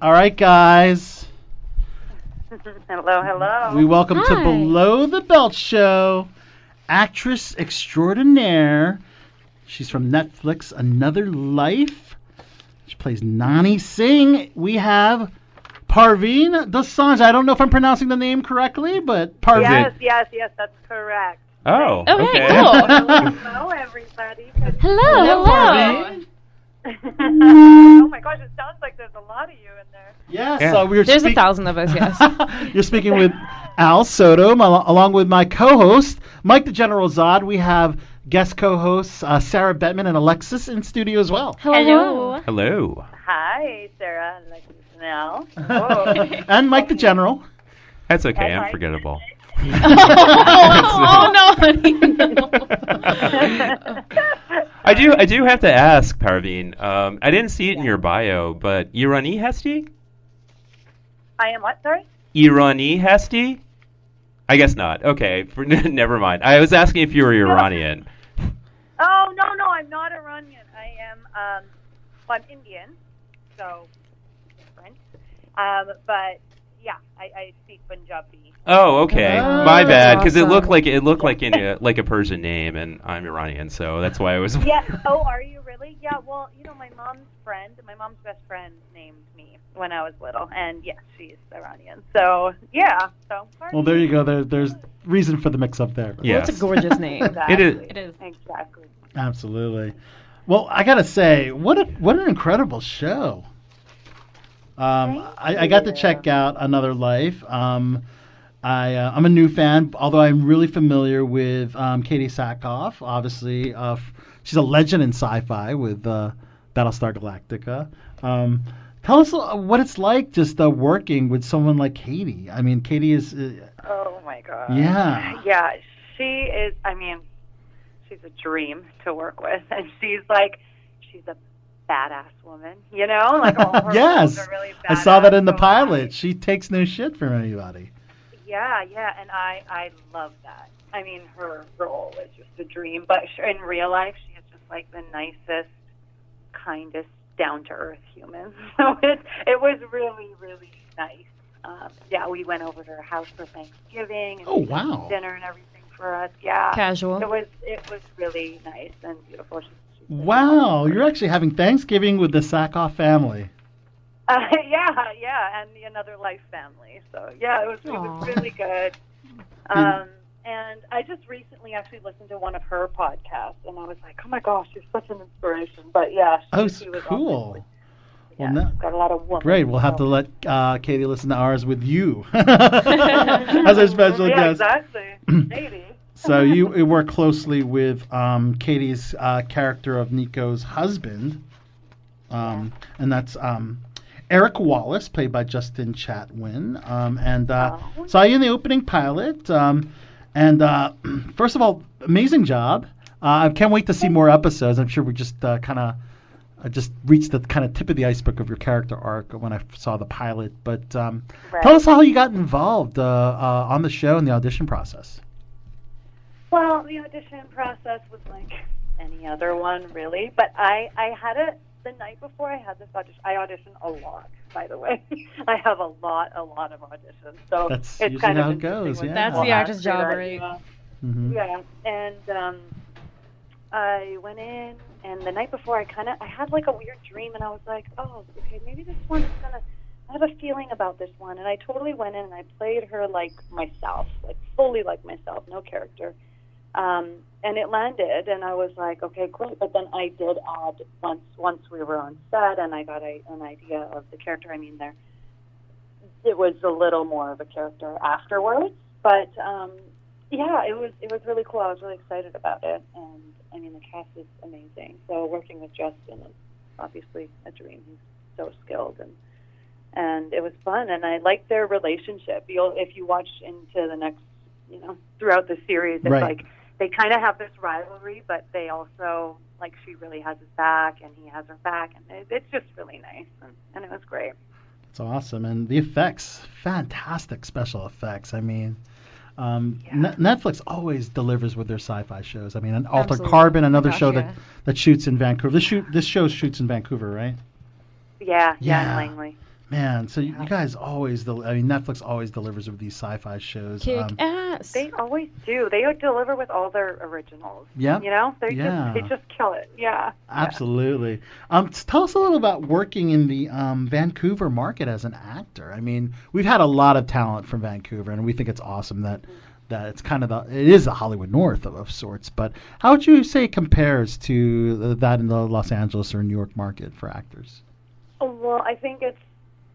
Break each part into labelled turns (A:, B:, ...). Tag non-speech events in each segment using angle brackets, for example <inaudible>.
A: All right, guys.
B: hello, hello.
A: We welcome to
C: Oh, Hi.
A: Below the Belt Show actress extraordinaire. She's from Netflix, Another Life. She plays Nani Singh. We have Parveen Dasanj. I don't know if I'm pronouncing the name correctly, but Parveen.
B: yes, yes, yes, that's
A: <laughs>
B: correct.
D: Oh,
C: Okay,
D: okay.
C: cool.
B: Hello, hello, everybody.
C: Hello, hello.
B: oh my gosh, it sounds like there's a lot of you in there.
A: Yes,
D: Yeah.
A: uh, we were
C: There's a
A: speak-
C: thousand of us,
A: <laughs>
C: yes.
A: You're speaking with Al Soto, my, along with my co-host Mike the General Zod. We have guest co-hosts uh, Sarah Bettman and Alexis in studio as well,
C: <laughs> Hello.
D: <laughs>
C: <laughs>
D: Hello.
B: Hi, Sarah. Like now.
A: <laughs> and Mike the
B: <laughs>
C: <laughs>
A: General.
D: That's okay.
B: Hi.
D: I'm forgettable.
C: oh, no, <laughs> honey. No.
D: I do. I do have to ask, Parveen. Um, I didn't see it in your bio, but Irani Hesti?
B: I am what? Sorry.
D: Irani Hesti? I guess not. Okay. For, <laughs> never mind. I was asking if you were <laughs> Iranian.
B: Oh no, no, I'm not Iranian. I am. Um, well, I'm Indian, so different. Um, but yeah, I, I speak Punjabi.
D: Oh, okay.
A: Oh,
D: My bad,
C: that's
D: because it looked
C: awesome.
D: like it looked like India, like a Persian name, and I'm Iranian, so that's why I was.
B: Yeah. Oh, are you really? Yeah. Well, you know, my mom's friend, my mom's best friend, named me when I was little, and yes, she's Iranian. So yeah. So
A: Well, there you go. There, there's reason for the mix-up there.
D: Yes.
C: It's a gorgeous name.
B: <laughs>
D: It is-
B: Exactly.
C: It is.
B: Exactly.
A: Absolutely. Well, I gotta say, what a, what an incredible show. Um, I, I got to
B: you.
A: check out Another Life. Um, I uh, I'm a new fan, although I'm really familiar with um, Katie Sackhoff. Obviously, uh, f- she's a legend in sci-fi with uh, Battlestar Galactica. Um, tell us uh, what it's like just uh, working with someone like Katie. I mean, Katie is uh,
B: Oh my god.
A: Yeah.
B: Yeah, she is I mean, she's a dream to work with and she's like she's a badass woman, you know?
A: <laughs>
B: Like all her
A: yes.
B: roles are really
A: I saw that
B: badass,
A: in the
B: so
A: pilot. She takes no shit from anybody.
B: I- yeah, yeah, and I I love that. I mean, her role is just a dream, but sh in real life she is just like the nicest, kindest, down to earth human. <laughs> So it it was really really nice. Um, yeah, we went over to her house for Thanksgiving and
A: Oh wow.
B: dinner and everything for us. Yeah. It
C: Casual.
B: was it was really nice and beautiful. She- she-
A: Wow, you're actually having Thanksgiving with the Sackhoff family.
B: Uh, <laughs> yeah, yeah, and the another life family. So yeah, it was, it was
C: Aw.
B: really good. Um, and I just recently actually listened to one of her podcasts, and I was like, oh my gosh, you're such an inspiration. But yeah, she,
A: Oh, it's
B: she was
A: cool.
B: obviously-
A: Well,
B: yeah,
A: no-
B: got a lot of woman.
A: Great. We'll have to
B: <laughs>
A: let uh, Katie listen to ours with you <laughs> as our special
B: yeah,
A: guest. <clears throat>
B: exactly. Maybe.
A: So you, you work closely with um, Katie's uh, character of Nico's husband, um, and that's um, Eric Wallace, played by Justin Chatwin. Um, and uh,
B: Oh.
A: saw you in the opening pilot. Um, and uh, <clears throat> first of all, amazing job. Uh, I can't wait to see more episodes. I'm sure we just uh, kind of uh, just reached the kind of tip of the iceberg of your character arc when I saw the pilot. But um,
B: Right.
A: tell us how you got involved uh, uh, on the show and the audition process.
B: Well, the audition process was like any other one, really. But I, I had it the night before I had this audition. I audition a lot, by the way. <laughs> I have a lot, a lot of auditions. So
A: That's
B: it's
A: usually
B: kind
A: how it
B: of interesting
A: goes,
B: when
A: yeah.
C: That's
B: people
C: the
B: ask
C: actress
B: you
C: job
B: that,
C: rate.
B: yeah.
A: Mhm.
B: Yeah, and um, I went in, and the night before, I kind of I had like a weird dream, and I was like, oh, okay, maybe this one's gonna. I have a feeling about this one, and I totally went in and I played her like myself, like fully like myself, no character. Um, and it landed, and I was like, okay, great. But then I did add once once we were on set, and I got a, an idea of the character. I mean, there it was a little more of a character afterwards, but um, yeah, it was it was really cool. I was really excited about it, and I mean the cast is amazing. So working with Justin is obviously a dream. He's so skilled, and and it was fun, and I liked their relationship. You'll if you watch into the next, you know, throughout the series, it's
A: Right.
B: like they kind of have this rivalry, but they also like she really has his back, and he has her back, and it, it's just really nice, and, and it was great.
A: It's awesome, and the effects, fantastic special effects. I mean, um,
B: Yeah.
A: Ne- Netflix always delivers with their sci-fi shows. I mean, an Alter
C: Absolutely.
A: Carbon, another
C: Gosh,
A: show
C: yeah.
A: that that shoots in Vancouver. This shoot, this show shoots in Vancouver, right?
B: Yeah, yeah,
A: Yeah.
B: Langley.
A: Man, so you, you guys always, del- I mean, Netflix always delivers with these sci-fi shows.
C: Kick
A: Um,
C: ass.
B: They always do. They deliver with all their originals.
A: Yep.
B: You know, they
A: Yeah.
B: just they just kill it. Yeah.
A: Absolutely. Um, s- tell us a little about working in the um, Vancouver market as an actor. I mean, we've had a lot of talent from Vancouver, and we think it's awesome that that it's kind of the it is the Hollywood North of, of sorts. But how would you say it compares to the, that in the Los Angeles or New York market for actors?
B: Oh, Well, I think it's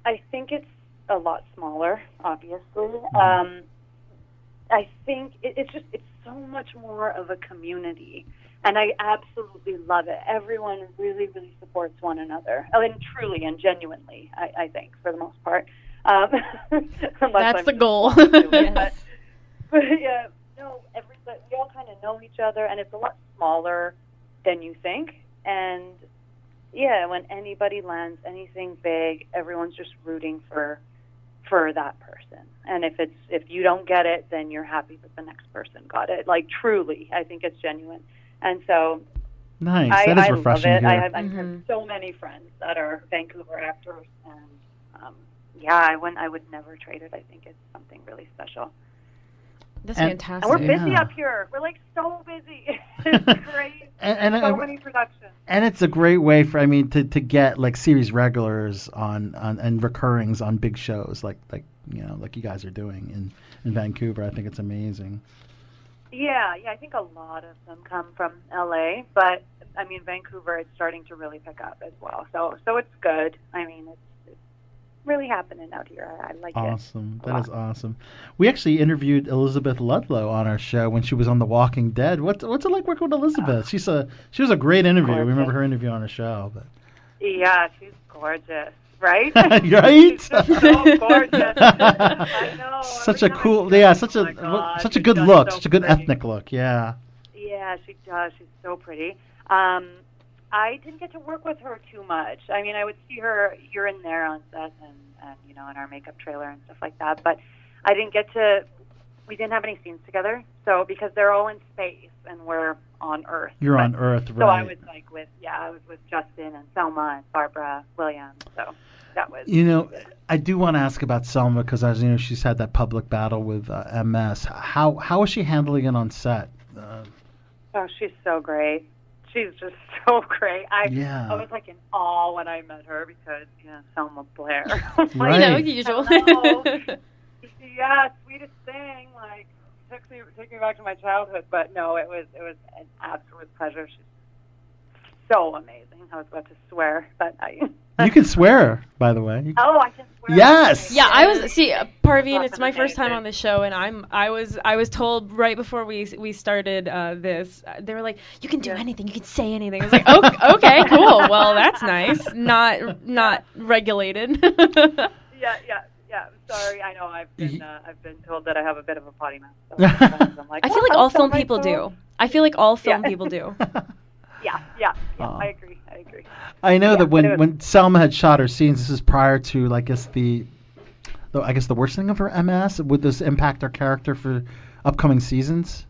B: I think it's a lot smaller, obviously.
A: Mm-hmm.
B: Um, I think it, it's just it's so much more of a community, and I absolutely love it. Everyone really, really supports one another, oh, and truly and genuinely, I, I think, for the most part. Um, <laughs> unless
C: That's
B: I'm
C: the
B: just
C: goal.
B: lost doing it,
C: <laughs> Yes.
B: But, but yeah, no, every, but we all kind of know each other, and it's a lot smaller than you think. And yeah, when anybody lands anything big, everyone's just rooting for for that person. And if it's if you don't get it, then you're happy that the next person got it. Like truly, I think it's genuine. And so
A: Nice.
B: I,
A: that is
B: I love
A: refreshing
B: it.
A: here.
B: I have, I have
C: Mhm.
B: so many friends that are Vancouver actors, and um, yeah, I wouldn't I would never trade it. I think it's something really special.
C: That's
A: And-
B: And
C: fantastic.
B: we're busy
A: Yeah.
B: up here. We're like so busy. <laughs> it's
A: <laughs>
B: crazy.
A: and, uh, and,
B: so many productions.
A: and it's a great way for I mean to, to get like series regulars on, on and recurrings on big shows like like you know like you guys are doing in, in Vancouver. I think it's amazing.
B: Yeah, yeah, I think a lot of them come from LA, but I mean Vancouver is starting to really pick up as well. So so it's good. I mean it's, it's really happening out here. I, I like it.
A: Awesome.
B: a
A: That
B: lot.
A: is awesome. We actually interviewed Elizabeth Ludlow on our show when she was on The Walking Dead. What's what's it like working with
B: Ah.
A: Elizabeth? She's a she was a great interview. We remember her interview on our show.
B: <laughs>
A: But
B: Yeah, she's gorgeous,
A: <laughs>
B: right?
A: Right?
B: She's just so <laughs> gorgeous.
A: <laughs>
B: I know.
A: such
B: every
A: a
B: time I
A: cool
B: see her,
A: yeah,
B: I'm
A: such
B: like,
A: a
B: "Oh my God,
A: such a
B: she
A: good
B: does
A: look,
B: so
A: such a good
B: pretty."
A: ethnic look. Yeah.
B: Yeah, she does. She's so pretty. Um, I didn't get to work with her too much. I mean, I would see her here and there on set and, and you know in our makeup trailer and stuff like that, but I didn't get to. We didn't have any scenes together, so because they're all in space and we're on Earth.
A: You're
B: But-
A: on Earth, right?
B: So I was like with yeah, I was with Justin and Selma and Barbara Williams. So that was
A: You know, I do want to ask about Selma because as you know, she's had that public battle with uh, MS. How how is she handling it on set? Uh,
B: Oh, she's so great. She's just <laughs> so great. I
A: Yeah.
B: I was like in awe when I met her because you know Selma Blair. <laughs>
A: Right.
C: <laughs> You know,
A: Hey.
C: the usual.
B: Hello.
C: <laughs>
B: yeah, sweetest thing. Like took me took me back to my childhood. But no, it was it was an absolute pleasure. She's so amazing. I was about to swear, but I.
A: you
B: <laughs>
A: can swear, by the way.
B: Oh, I can swear.
A: Yes.
C: Yeah, I was see uh, Parveen. It's my
B: Fucking
C: first time
B: amazing.
C: on the show, and I'm I was I was told right before we we started uh, this, uh, they were like, you can do
B: Yeah.
C: anything, you can say anything. I was like,
B: <laughs>
C: okay, okay, cool. Well, that's nice. Not not regulated. <laughs>
B: Yeah, yeah, yeah. I'm sorry. I know I've been
A: Y-
B: uh, I've been told that I have a bit of a potty mouth.
A: <laughs>
B: So sometimes I'm like,
C: I feel like
B: "Oh,
C: all film
B: sorry,
C: people
B: Selma."
C: do. I feel like all film
B: Yeah.
C: people
B: <laughs>
C: do.
B: Oh. Yeah, yeah, yeah.
A: Aw.
B: I agree. I agree.
A: <laughs> Uh-uh. I know
B: Yeah,
A: that when,
B: but it was-
A: when Selma had shot her scenes, this is prior to, I guess the, the I guess the worsening of her MS. Would this impact her character for upcoming seasons?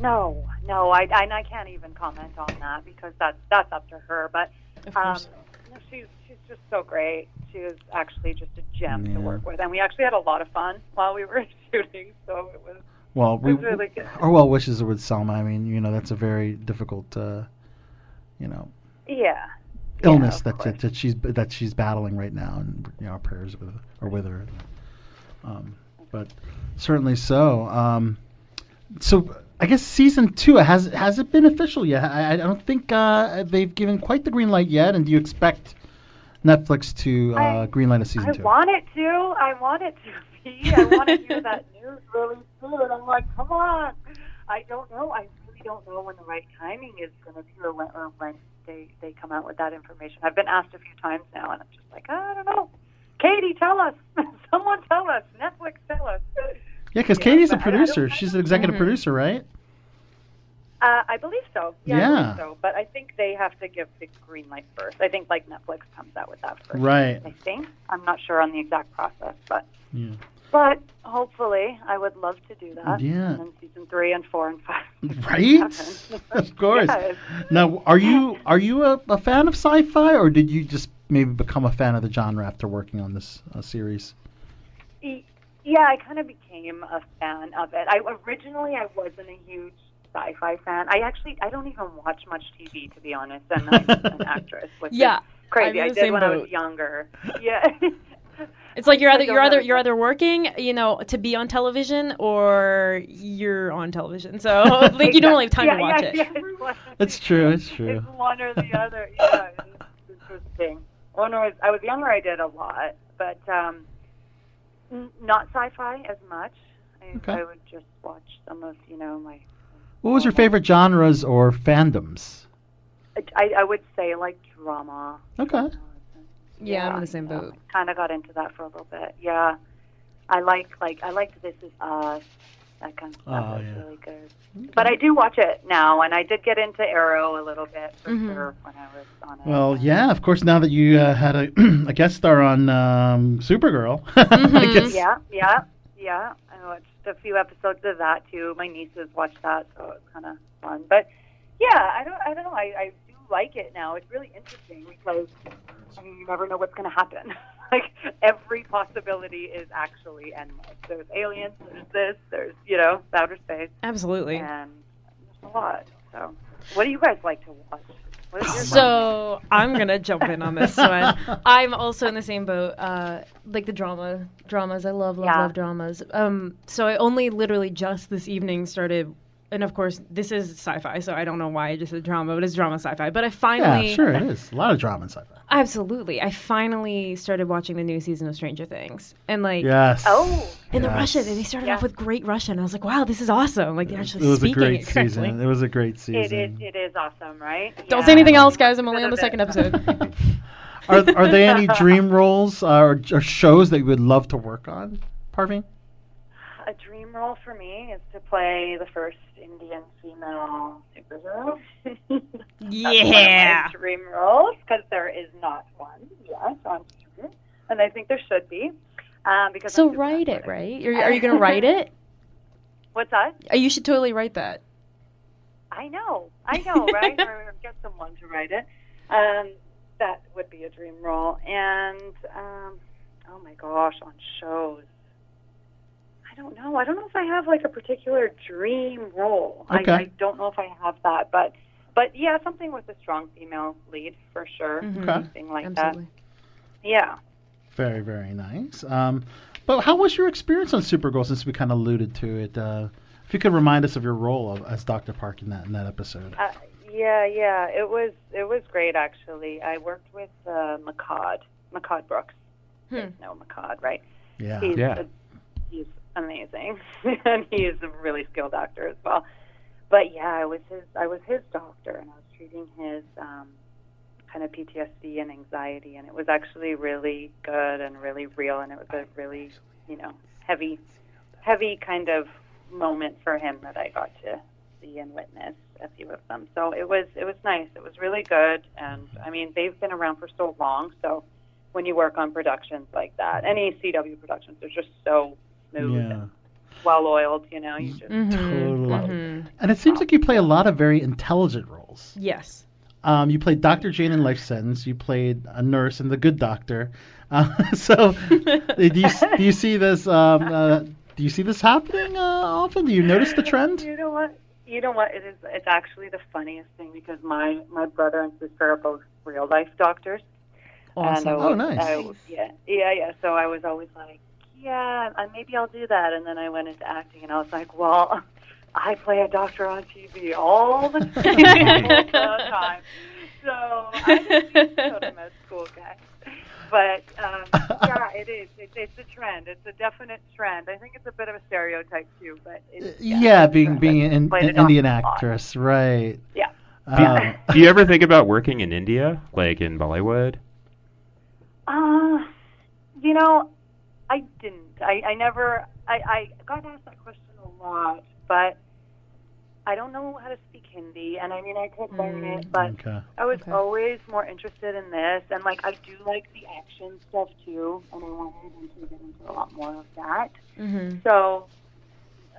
B: No, no, I, I, and I can't even comment on that because that's that's up to her. But
C: Of
B: um,
C: course.
B: no, she's she's just so great. She was actually just a gem
A: Yeah.
B: to work with, and we actually had a lot of fun while we were <laughs> shooting. So it was
A: Well, we
B: It's really good.
A: our well wishes with Selma. I mean, you know, that's a very difficult, uh, you know,
B: yeah.
A: illness
B: yeah,
A: that, that that she's that she's battling right now, and you know, our prayers with are with her. Um, but certainly so. Um, so I guess season two has has it been official yet? I, I don't think uh, they've given quite the green light yet. And do you expect Netflix to uh,
B: I-
A: greenlight a season
B: I
A: two?
B: want it to. I want it to <laughs> be. I want to hear
A: <laughs>
B: that news really soon. I'm like, come on. I don't know. I really don't know when the right timing is going to be or when, or when they, they come out with that information. I've been asked a few times now, and I'm just like, I don't know. Katie, tell us. <laughs> Someone tell us. Netflix, tell us.
A: yeah, because
B: yeah,
A: Katie's a
B: but I- I don't-
A: producer.
B: I
A: she's
B: don't-
A: an executive
C: Mhm.
A: producer, right?
B: Uh, I believe so. Yeah, I
A: Yeah.
B: believe so. But I think they have to give the green light first. I think like Netflix comes out with that first.
A: Right.
B: I think. I'm not sure on the exact process, but
A: Yeah.
B: But hopefully, I would love to do that.
A: Yeah.
B: And then season three and four and five. <laughs>
A: Right? of course.
B: Yes.
A: Now, are you are you a, a fan of sci-fi, or did you just maybe become a fan of the genre after working on this uh, series?
B: E- Yeah, I kind of became a fan of it. I originally I wasn't a huge sci-fi fan. I actually I don't even watch much TV to be honest, and I'm an actress, which
C: Yeah,
B: is crazy.
C: I'm in
B: I
C: the
B: did
C: same
B: when I was
C: boat.
B: younger. <laughs> Yeah.
C: It's like you're
B: I
C: either
B: don't
C: you're either
B: really
C: you're
B: know.
C: either working, you know, to be on television or you're on
B: <laughs>
C: television. So like you don't really have time
B: yeah,
C: to watch
B: yeah,
C: it.
B: Yeah, it's one-
A: It's true. It's true.
B: It's one
A: <laughs>
B: or the other. Yeah, it's interesting. When I was I was younger, I did a lot, but um, n- not sci-fi as much. I,
A: Okay.
B: I would just watch some of you know my
A: What was your favorite genres or fandoms?
B: I, I would say like drama. Uh,
A: Okay.
C: Yeah, I'm in the same
B: yeah.
C: boat.
B: Kind of got into that for a little bit. Yeah, I like like I liked This Is Us. That kind of stuff
A: Oh,
B: was
A: yeah.
B: really good. But I do watch it now, and I did get into Arrow a little bit for
C: Mhm.
B: sure when I was on it.
A: Well, yeah, of course. Now that you uh, had a, <clears throat> a guest star on um, Supergirl, <laughs> I
C: Mhm.
A: guess.
B: Yeah, yeah, yeah. I watched a few episodes of that too. My nieces watched that, so it's kind of fun. But yeah, I don't, I don't know. I, I do like it now. It's really interesting because I mean, you never know what's going to happen. <laughs> like every possibility is actually endless. There's aliens. There's this. There's you know outer space,
C: Absolutely.
B: and there's a lot. So, what do you guys like to watch? What
A: Oh,
B: is your
C: So I'm gonna jump in on this one.
A: <laughs>
C: I'm also in the same boat. Uh, like the drama dramas, I love love
B: Yeah.
C: love dramas. Um, so I only literally just this evening started, and of course this is sci-fi, so I don't know why I just said drama, but it's drama sci-fi. But I
A: yeah,
C: finally,
A: sure, it is. A lot of drama in sci-fi.
C: absolutely, I finally started watching the new season of Stranger Things, and like.
A: Yes.
B: Oh.
C: And the
A: Yes.
C: Russian, and they started
B: Yeah.
C: off with great Russian. I was like, wow, this is awesome. Like they're
A: It
C: actually
A: was a
C: speaking
A: great
C: it correctly.
A: season. It was a great season.
B: It is. It is awesome, right?
C: Don't
B: Yeah.
C: say anything else, guys. I'm only on the
B: Bit of
C: second
B: it.
C: episode.
A: <laughs> Are are there any dream roles uh, or, or shows that you would love to work on, Parveen?
B: A dream role for me is to play the first Indian female superhero. <laughs> That's one of
C: yeah.
B: my dream roles because there is not one. Yes, on Twitter. and I think there should be. Um, because
C: So
B: I'm super
C: write it,
B: athletic.
C: right? Are, are you gonna
B: <laughs>
C: write it?
B: What's that?
C: Uh, You should totally write that.
B: I know, I know, right? or get someone to write it. Um, that would be a dream role. And um, oh my gosh, on shows. I don't know. I don't know if I have like a particular dream role.
A: Okay.
B: I, I don't know if I have that, but but yeah, something with a strong female lead for sure.
C: Mhm.
A: Okay.
B: Something like
C: Absolutely.
B: that. Yeah.
A: Very very nice. Um, but how was your experience on Supergirl? Since we kind of alluded to it, uh, if you could remind us of your role of, as Dr. Park in that in that episode.
B: Uh, yeah, yeah. It was it was great actually. I worked with uh, McCod, McCod Brooks.
C: Hmm.
B: There's no McCod, right?
A: Yeah.
B: He's,
D: Yeah.
B: a- he's amazing, <laughs> and he is a really skilled actor as well. But yeah, I was his I was his doctor, and I was treating his um, kind of PTSD and anxiety, and it was actually really good and really real, and it was a really you know heavy, heavy kind of moment for him that I got to see and witness a few of them. So it was it was nice. It was really good, and I mean they've been around for so long, so when you work on productions like that. Any CW productions, they're just so smooth
A: Yeah. Mm-hmm.
B: and well oiled, you know. You just
C: Mhm.
A: Totally.
C: Mhm.
A: And it seems like you play a lot of very intelligent roles. <laughs>
C: Yes.
A: Um, you played Dr. Jane in Life Sentence. You played a nurse in The Good Doctor. Uh, <laughs> so, do you, <laughs> do you see this? Um, uh, do you see this happening uh, often? Do you notice the trend?
B: You know what? You know what? It is. It's actually the funniest thing because my my brother and sister are both real life doctors. And uh, I
A: Awesome.
B: was,
A: Oh, nice.
B: I was- yeah, yeah, yeah. So I was always like, yeah, I, maybe I'll do that. And then I went into acting, and I was like, well, I play a doctor on TV all the <laughs> time. all the time. So <laughs> I just used to put him as cool guy. But um, yeah, it is. It's, it's a trend. It's a definite trend. I think it's a bit of a stereotype too, but
A: Uh,
B: it's,
A: yeah,
B: it's a
A: being
B: trend.
A: being an,
B: Played a
A: an Indian
B: doctor a lot.
A: actress, right?
B: Yeah. <laughs>
A: Um,
D: <laughs> Do you ever think about working in India, like in Bollywood?
B: Uh, you know, I didn't. I, I never. I, I got asked that question a lot, but I don't know how to speak Hindi, and I mean I could learn
C: Mm.
B: it, but
A: okay.
B: I was
C: Okay.
B: always more interested in this, and like I do like the action stuff too, and I wanted to get into a lot more of that.
E: Mm-hmm.
C: Mhm.
B: So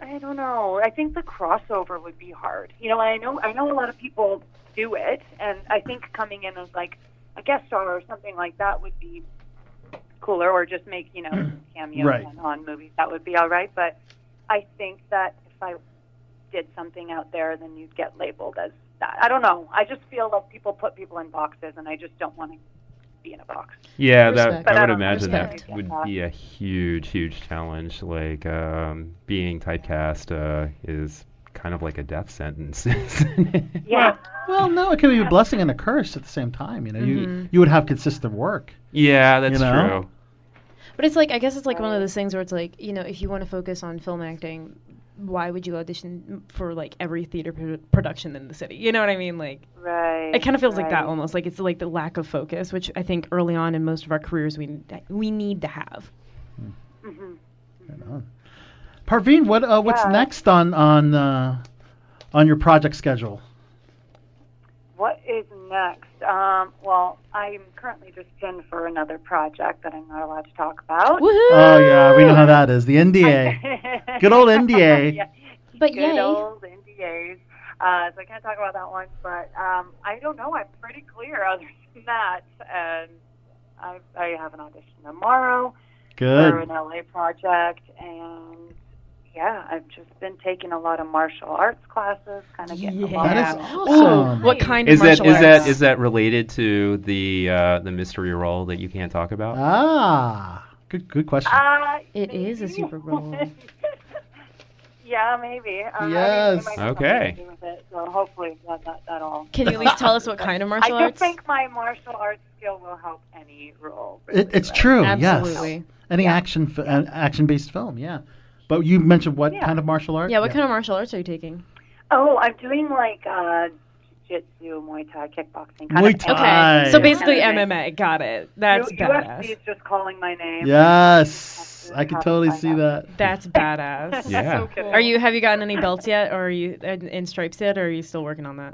B: I don't know. I think the crossover would be hard. You know, I know I know a lot of people do it, and I think coming in as like a guest star or something like that would be cooler, or just make you know cameos
A: Right.
B: on, on movies. That would be all right. But I think that if I did something out there, then you'd get labeled as that. I don't know. I just feel like people put people in boxes, and I just don't want to be in a box.
D: Yeah,
E: Respect.
D: that
B: But
D: I
B: I
D: would
B: don't
D: imagine that
B: respect.
D: would be a huge, huge challenge. Like um, being typecast uh, is kind of like a death sentence. <laughs> isn't it?
B: Yeah.
A: Well, no, it could be a blessing and a curse at the same time. You know,
B: Mm-hmm.
A: you you would have consistent work.
D: yeah, that's
A: You know?
D: true.
E: But it's like I guess it's like one of those things where it's like you know if you want to focus on film acting, why would you audition for like every theater pro- production in the city? You know what I mean? Like
B: Right.
E: it kind of feels like that
B: right.
E: almost like it's like the lack of focus, which I think early on in most of our careers we we need to have.
B: Mhm.
A: Hmm, Right on. Parveen, what uh, what's
B: Yeah.
A: next on on uh, on your project schedule?
B: What is next? Um, well, I'm currently just in for another project that I'm not allowed to talk about.
E: Woohoo!
A: Oh yeah, we know how that is. The
B: <laughs>
A: NDA. Good old NDA.
B: Yeah.
E: But
B: Good
E: yay.
B: old NDAs. Uh, so I can't talk about that one, but um, I don't know. I'm pretty clear other than that, and I, I have an audition tomorrow for
A: Good.
B: an LA project, and yeah, I've just been taking a lot of martial arts classes, kind of getting a lot
A: That is
B: of
A: awesome.
E: Ooh, what kind
D: Is
E: of
D: that
E: martial
D: is that
E: arts?
D: is that related to the uh, the mystery role that you can't talk
E: Uh,
D: about?
A: Ah, good good question.
B: Uh,
E: It is a
B: maybe. <laughs>
E: Super Bowl.
B: yeah, maybe. Um, I mean, it
A: Yes.
B: might have
D: Okay.
B: something to do with it, so hopefully it's not that at all.
E: Can you at least tell us what kind
A: <laughs>
E: of martial
B: I
E: arts?
B: just think my martial arts skill will help any role.
A: It,
B: really,
A: it's
B: but-
A: true.
E: Absolutely.
A: Oh, Yes. Any
B: Yeah.
A: action fi- an action based film, yeah. But you mentioned what
B: Yeah.
A: kind of martial art?
E: Yeah, what kind of martial arts are you taking?
B: Oh, I'm doing like uh, jiu-jitsu, Muay Thai, kickboxing. Kind
A: Muay
B: of
A: Thai. Nice.
E: Okay, so basically
B: Kind of
E: MMA. Got it. That's
B: U-
E: badass.
B: UFC is just calling my name. <laughs>
A: Yes,
B: Have to-
A: I can
B: have to
A: totally
B: find
A: see
B: out.
A: that.
E: That's badass.
D: Yeah.
B: So cool.
E: Are you? Have you gotten any belts yet, or are you in, in stripes yet, or are you still working on that?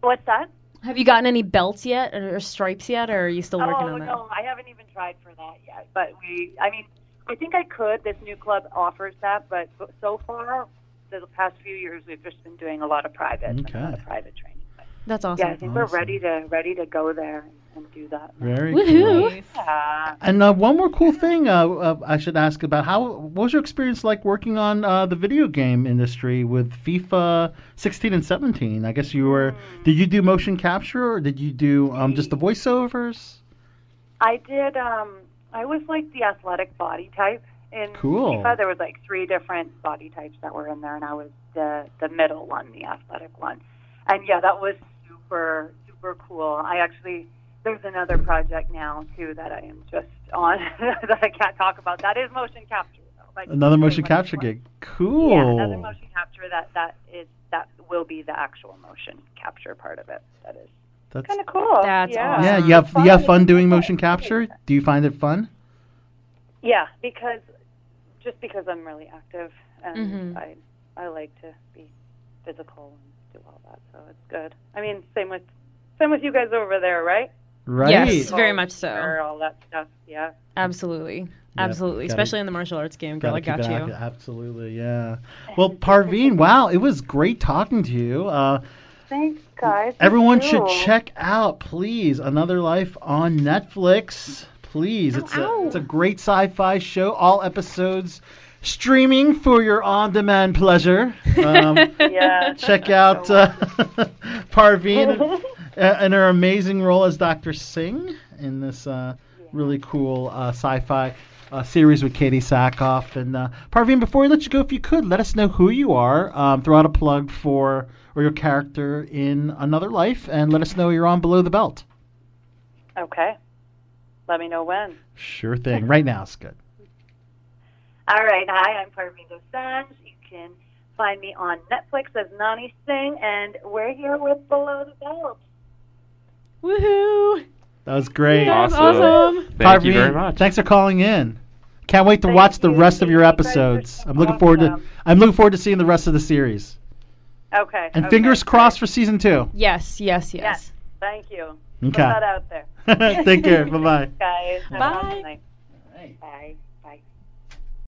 B: What's that?
E: Have you gotten any belts yet, or, or stripes yet, or are you still working
B: oh
E: on that?
B: no, I haven't even tried for that yet. But we, I mean, I think I could. This new club offers that, but but so far, the past few years, we've just been doing a lot of private, and a lot
A: Okay.
B: of private training. But
E: That's
B: yeah, I
E: awesome.
B: think we're
A: Awesome.
B: ready to ready to go there and do that.
A: Very cool.
E: Woohoo!
B: Yeah.
A: And uh, one more cool thing uh, uh, I should ask about how what was your experience like working on uh, the video game industry with FIFA 16 and 17? I guess you were.
B: Hmm.
A: Did you do motion capture or did you do um, just the voiceovers?
B: I did. Um, I was like the athletic body type in
A: Cool.
B: FIFA. There was like three different body types that were in there, and I was the the middle one, the athletic one. And yeah, that was super super cool. I actually there's another project now too that I am just on <laughs> that I can't talk about. That is motion capture. though. Like,
A: Another motion
B: pretty much
A: capture
B: what-
A: gig. Cool.
B: Yeah, another motion capture that that is that will be the actual motion capture part of it. That is
A: That's,
B: kind of uh, cool.
E: That's
B: yeah.
E: awesome.
A: yeah, you have you have fun
B: <laughs>
A: doing motion capture. Do you find it fun?
B: Yeah, because just because I'm really active and
E: Mhm.
B: I I like to be physical and do all that, so it's good. I mean, same with same with you guys over there, right?
A: Right.
E: Yes. Very
B: All
E: much so.
B: gear, All that stuff, yeah.
E: Absolutely, absolutely,
A: gotta-
E: especially in the martial arts game. Girl,
A: Gotta
E: I
A: keep
E: got
A: it
E: you.
A: active. Absolutely, yeah. Well, Parveen, wow, it was great talking to you. Uh,
B: Thanks, guys.
A: Mm, Everyone should check out, please, Another Life on Netflix. Please, it's a, it's a great sci-fi show. All episodes streaming for your on-demand pleasure. Um,
B: Yeah.
A: <laughs>
B: <laughs>
A: check out uh,
C: <laughs>
A: Parveen uh, and her amazing role as Dr. Singh in this uh, really cool uh, sci-fi uh, series with Katie Sackhoff. And uh, Parveen, before we let you go, if you could let us know who you are, um, throw out a plug for or your character in Another Life, and let us know you're on Below the Belt.
B: Okay. Let me know when.
A: Sure thing. Right now, it's good.
B: All right. Hi, I'm Parveen Dosanjh. You can find me on Netflix as Nani Singh, and we're here with Below the Belt.
E: <laughs> Woohoo!
A: That was great.
E: That's
D: Awesome.
E: awesome.
D: Thank you
A: Parveen,
D: very much.
A: Thanks for calling in. Can't wait to
B: Thank
A: watch the
B: you.
A: rest of your
B: You guys are
A: episodes.
B: so
A: I'm looking forward to
B: awesome.
A: I'm looking forward to seeing the rest of the series.
B: Okay.
A: And
B: okay.
A: fingers crossed for season 2.
E: Yes, yes, yes.
B: Yes. Thank you. Put
A: Okay. <laughs>
B: that out there.
A: Take care. Bye-bye.
B: Guys, have a
E: Bye.
B: nice night. Bye.